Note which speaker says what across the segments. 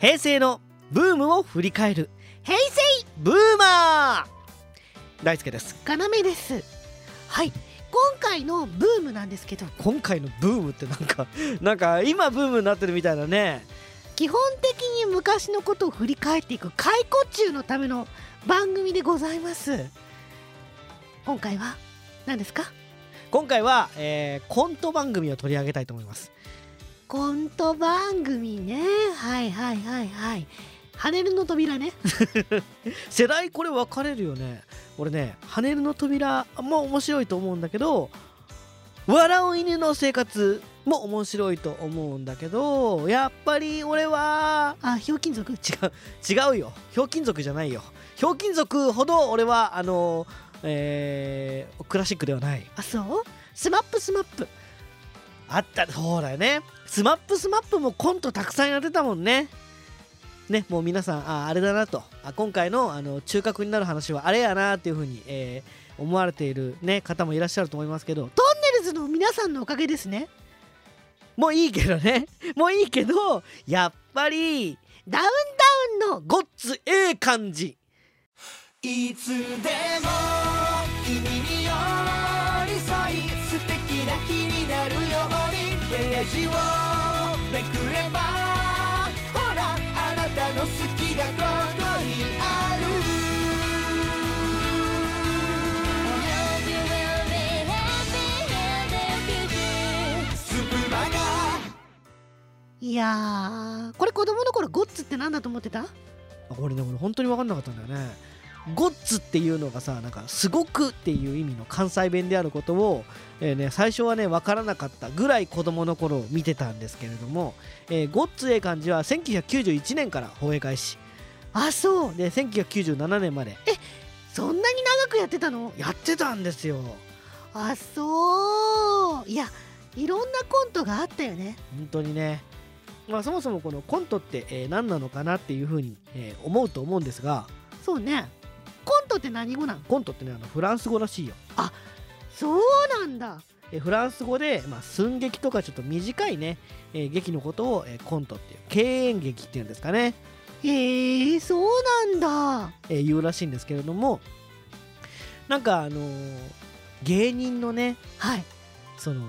Speaker 1: 平成のブームを振り返る
Speaker 2: 平成
Speaker 1: ブーマー大輔です
Speaker 2: かなめですはい今回のブームなんですけど
Speaker 1: 今回のブームってなんか なんか今ブームになってるみたいなね
Speaker 2: 基本的に昔のことを振り返っていく解雇中のための番組でございます今回は何ですか
Speaker 1: 今回は、えーコント番組を取り上げたいと思います
Speaker 2: コント番組ねはいはいはいはい跳ねるの扉ね
Speaker 1: 世代これ分かれるよね俺ね「羽の扉」も面白いと思うんだけど「笑う犬の生活」も面白いと思うんだけどやっぱり俺は
Speaker 2: あひょうきん族
Speaker 1: 違うよひょうきん族じゃないよひょうきん族ほど俺はあのえークラシックではない
Speaker 2: あそうスマップスマップ
Speaker 1: あったそうだよねスマップスマップもコントたくさんやってたもんねねもう皆さんああれだなとあ今回のあの中核になる話はあれやなっていうふうに、えー思われている、ね、方もいらっしゃると思いますけど
Speaker 2: トンネルズの皆さんのおかげですね
Speaker 1: もういいけどねもういいけどやっぱり
Speaker 2: ダウンダウンの
Speaker 1: ごっつええ感じ
Speaker 3: いつでも君に寄り添い素敵な日になるようにページをめくればほらあなたの好きがここにあるつ
Speaker 4: Hope you will be happy in the future.
Speaker 3: ぶらが
Speaker 2: いやーこれ子供の頃ゴッツって何だと思ってた
Speaker 1: あ俺ね俺本当に分かんなかったんだよねゴッツっていうのがさなんか「すごく」っていう意味の関西弁であることを、えーね、最初はね分からなかったぐらい子供の頃見てたんですけれども「えーゴッツええ感じ」は1991年から放映開始
Speaker 2: あそう
Speaker 1: で1997年まで
Speaker 2: そんなに長くやってたの
Speaker 1: やってたんですよ
Speaker 2: あそういやいろんなコントがあったよね
Speaker 1: 本当にね、まあ、そもそもこのコントって、えー何なのかなっていうふうに、えー思うと思うんですが
Speaker 2: そうねコントって何語なの
Speaker 1: コントってねあのフランス語らしいよ
Speaker 2: そうなんだ
Speaker 1: えーフランス語で、まあ、寸劇とかちょっと短いね、えー劇のことを、えーコントっていう敬遠劇っていうんですかね、
Speaker 2: へえそうなんだ
Speaker 1: えー言うらしいんですけれどもなんかあのー芸人のね
Speaker 2: はい
Speaker 1: その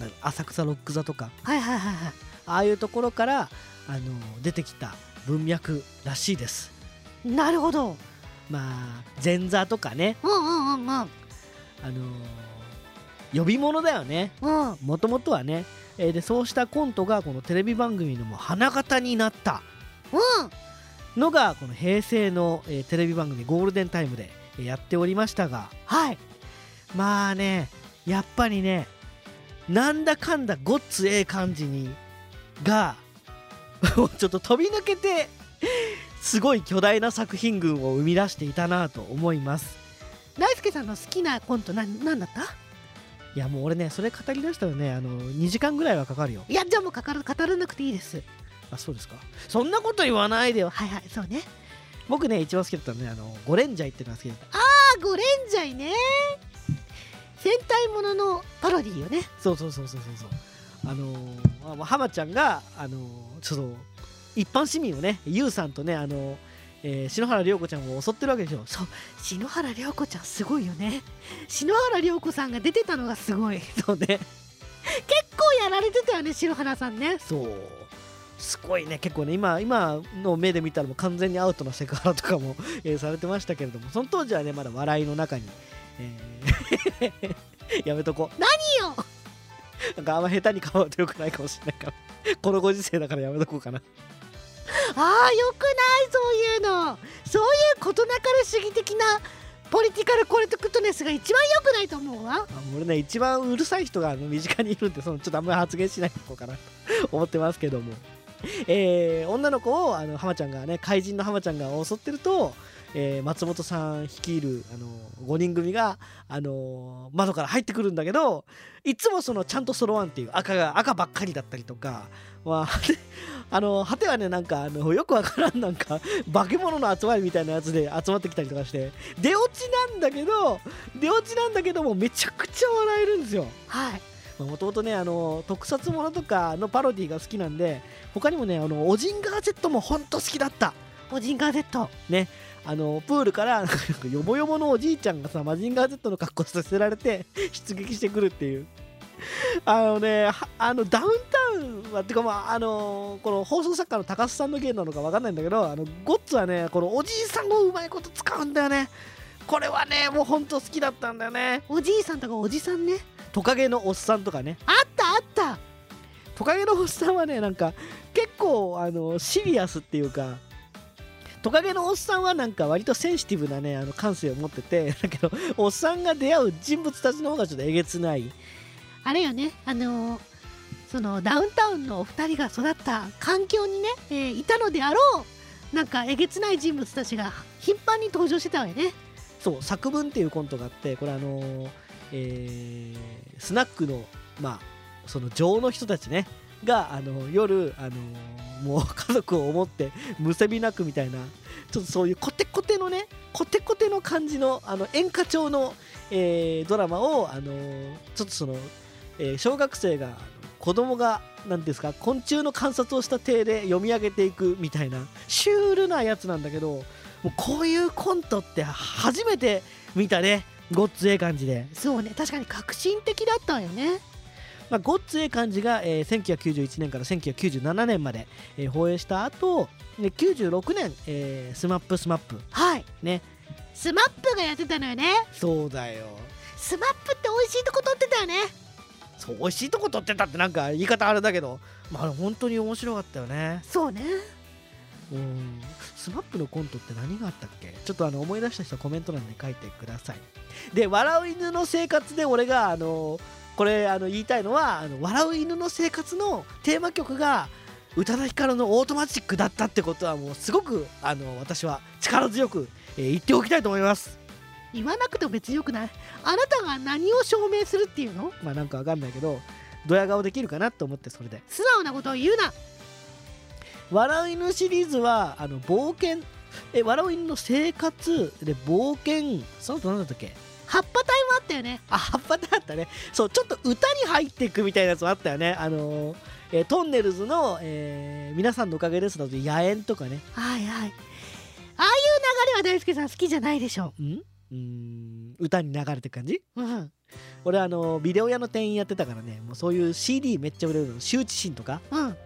Speaker 1: なん浅草ロック座とか
Speaker 2: はいはいはいはい
Speaker 1: ああいうところから、あのー出てきた文脈らしいです
Speaker 2: なるほど
Speaker 1: まあ前座とかね、
Speaker 2: うんうんうんうん
Speaker 1: あのー呼び物だよね
Speaker 2: うん
Speaker 1: もともとはね、えーでそうしたコントがこのテレビ番組のもう花形になった
Speaker 2: うん
Speaker 1: のがこの平成の、えーテレビ番組「ゴールデンタイムで」えーやっておりましたが
Speaker 2: はい
Speaker 1: まあねやっぱりねなんだかんだごっつええ感じにが もうちょっと飛び抜けてすごい巨大な作品群を生み出していたなと思います
Speaker 2: 大輔さんの好きなコント何何だった
Speaker 1: いやもう俺ねそれ語りだしたらねあの2時間ぐらいはかかるよ
Speaker 2: いやじゃあもうかかる語らなくていいです
Speaker 1: あそうですかそんなこと言わないでよ
Speaker 2: はいはいそうね
Speaker 1: 僕ね一番好きだったのねあのゴレンジャイっていうのが好きだった
Speaker 2: あゴレンジャイね戦隊もののパロディーよね
Speaker 1: そうそうそうそうそうそうあのーまあ浜ちゃんがあのーちょっと一般市民をねゆうさんとねあのーえー篠原涼子ちゃんを襲ってるわけでしょ
Speaker 2: そう篠原涼子ちゃんすごいよね篠原涼子さんが出てたのがすごい結
Speaker 1: そうね
Speaker 2: 構やられてたよね篠原さんね
Speaker 1: そうすごいね結構ね今今の目で見たらもう完全にアウトなセクハラとかも、 えーされてましたけれどもその当時はねまだ笑いの中に、えー やめとこう
Speaker 2: 何よ
Speaker 1: なんかあんま下手に構うとよくないかもしれないからこのご時世だからやめとこうかな
Speaker 2: ああよくないそういうのそういう事なかれ主義的なポリティカルコレクトネスが一番良くないと思うわ
Speaker 1: あ俺ね一番うるさい人があの身近にいるんでそのちょっとあんまり発言しないのかな思ってますけども、 えー女の子をあの浜ちゃんがね怪人の浜ちゃんが襲ってると、えー松本さん率いるあの5人組が、あのー窓から入ってくるんだけどいつもそのちゃんと揃わんっていう赤が赤ばっかりだったりとか、まあ、 あの果てはねなんかあのよくわからんなんか化け物の集まりみたいなやつで集まってきたりとかして出落ちなんだけど出落ちなんだけどもめちゃくちゃ笑えるんですよ
Speaker 2: はい
Speaker 1: もともとねあの特撮ものとかのパロディが好きなんで他にもねあのオジンガー Z もほんと好きだった
Speaker 2: オジンガー Z
Speaker 1: あのプールからなんかよぼよぼのおじいちゃんがさマジンガー Z の格好させられて出撃してくるっていうあのねはあのダウンタウンはてかまああのこの放送作家の高須さんの芸なのかわかんないんだけどあのゴッツはねこのおじいさんをうまいこと使うんだよねこれはねもうほんと好きだったんだよね
Speaker 2: おじいさんとかおじさんね
Speaker 1: トカゲのおっさんとかね
Speaker 2: あったあっ
Speaker 1: トカゲのおっさんはねなんか結構あのシリアスっていうかトカゲのおっさんはなんか割とセンシティブなねあの感性を持ってて だけどおっさんが出会う人物たちの方がちょっとえげつない
Speaker 2: たあれよねあのーそのダウンタウンのお二人が育った環境にね、えーいたのであろうなんかえげつない人物たちが頻繁に登場してたわよね
Speaker 1: そう作文っていうコントがあってこれあのえースナックのまあその女王の人たちねがあの夜あのもう家族を思ってむせび泣くみたいなちょっとそういうコテコテのねコテコテの感じのあの演歌調の、えードラマをあのちょっとその、えー小学生があの子供が何ですか昆虫の観察をした体で読み上げていくみたいなシュールなやつなんだけどもうこういうコントって初めて見たねごっつええ感じで、
Speaker 2: そうね確かに革新的だったわよね
Speaker 1: まあ、ごっつええ感じが、えー1991年から1997年まで、えー放映した後ね96年、えー、スマップスマップ
Speaker 2: はい
Speaker 1: ね
Speaker 2: スマップがやってたのよね
Speaker 1: そうだよ
Speaker 2: スマップって美味しいとこ撮ってたよね
Speaker 1: そう美味しいとこ撮ってたってなんか言い方あれだけどまああれ本当に面白かったよね
Speaker 2: そうね
Speaker 1: うんスマップのコントって何があったっけちょっとあの思い出した人はコメント欄に書いてくださいで「笑う犬の生活」で俺があのこれあの言いたいのは「あの笑う犬の生活」のテーマ曲が宇多田ヒカルの「オートマチック」だったってことはもうすごくあの私は力強く、えー言っておきたいと思います
Speaker 2: 言わなくても別によくないあなたが何を証明するっていうの
Speaker 1: まあなんかわかんないけどドヤ顔できるかなと思ってそれで
Speaker 2: 素直なことを言うな
Speaker 1: 「笑う犬」シリーズはあの冒険え笑う犬の生活で冒険その後何だったっけ
Speaker 2: 葉っぱ隊もあったよね
Speaker 1: あ葉っぱだったねそうちょっと歌に入っていくみたいなやつもあったよねあのーえートンネルズの、えー皆さんのおかげです」だと「野猿」とかね
Speaker 2: はいはいああいう流れは大輔さん好きじゃないでしょ
Speaker 1: うんうーん歌に流れてく感じ
Speaker 2: うん
Speaker 1: 俺あのービデオ屋の店員やってたからねもうそういう CD めっちゃ売れるの羞恥心とか
Speaker 2: うん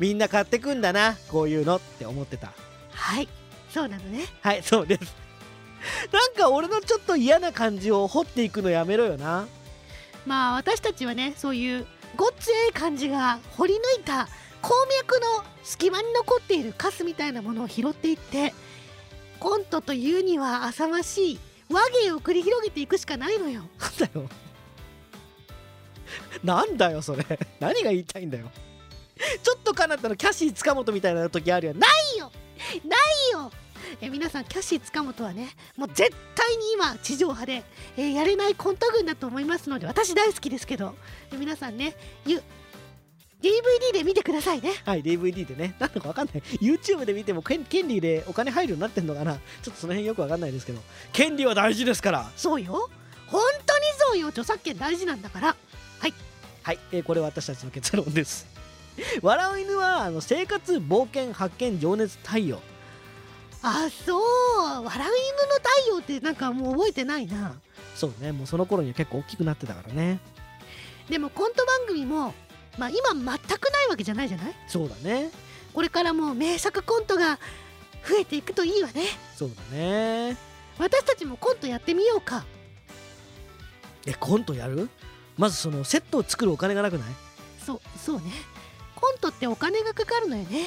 Speaker 1: みんな買ってくんだなこういうのって思ってた
Speaker 2: はいそうなのね
Speaker 1: はいそうです なんか俺のちょっと嫌な感じを掘っていくのやめろよな
Speaker 2: まあ私たちはねそういうごっつええ感じが掘り抜いた鉱脈の隙間に残っているカスみたいなものを拾っていってコントというには浅ましい和芸を繰り広げていくしかないのよ
Speaker 1: なんだよ。なんだよそれ。何が言いたいんだよ。ちょっとかなったのキャシー塚本みたいな時あるよ。な
Speaker 2: ないよえ皆さんキャッシー塚本はねもう絶対に今地上波で、えーやれないコント軍だと思いますので私大好きですけどえ皆さんねゆ DVD で見てくださいね
Speaker 1: はい、DVD でね。なんだかわかんない。YouTube で見ても権権利でお金入るようになってんのかな。ちょっとその辺よくわかんないですけど。権利は大事ですから。
Speaker 2: そうよ本当にそうよ著作権大事なんだから
Speaker 1: はい、えーこれは私たちの結論です。笑う犬はあの生活、冒険、発見、情熱、太陽。
Speaker 2: あそう「笑い犬の太陽」ってなんかもう覚えてないな
Speaker 1: そうね、もうその頃には結構大きくなってたからね。
Speaker 2: でもコント番組もまあ今全くないわけじゃないじゃない
Speaker 1: そうだね。
Speaker 2: これからもう名作コントが増えていくといいわね
Speaker 1: そうだね。
Speaker 2: 私たちもコントやってみようか
Speaker 1: え、コントやるまずそのセットを作るお金がなくない
Speaker 2: そうそうねコントってお金がかかるのよね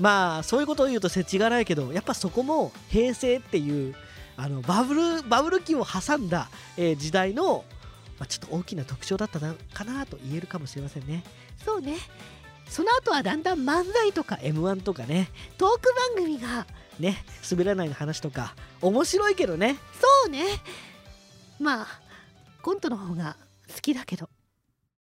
Speaker 1: まあそういうことを言うと世知がないけどやっぱそこも平成っていうあのバブルバブル期を挟んだ、えー時代の、まあ、ちょっと大きな特徴だったなかなと言えるかもしれませんね
Speaker 2: そうねその後はだんだん漫才とか
Speaker 1: m 1とかね
Speaker 2: トーク番組が
Speaker 1: ね滑らないの話とか面白いけどね
Speaker 2: そうねまあコントの方が好きだけど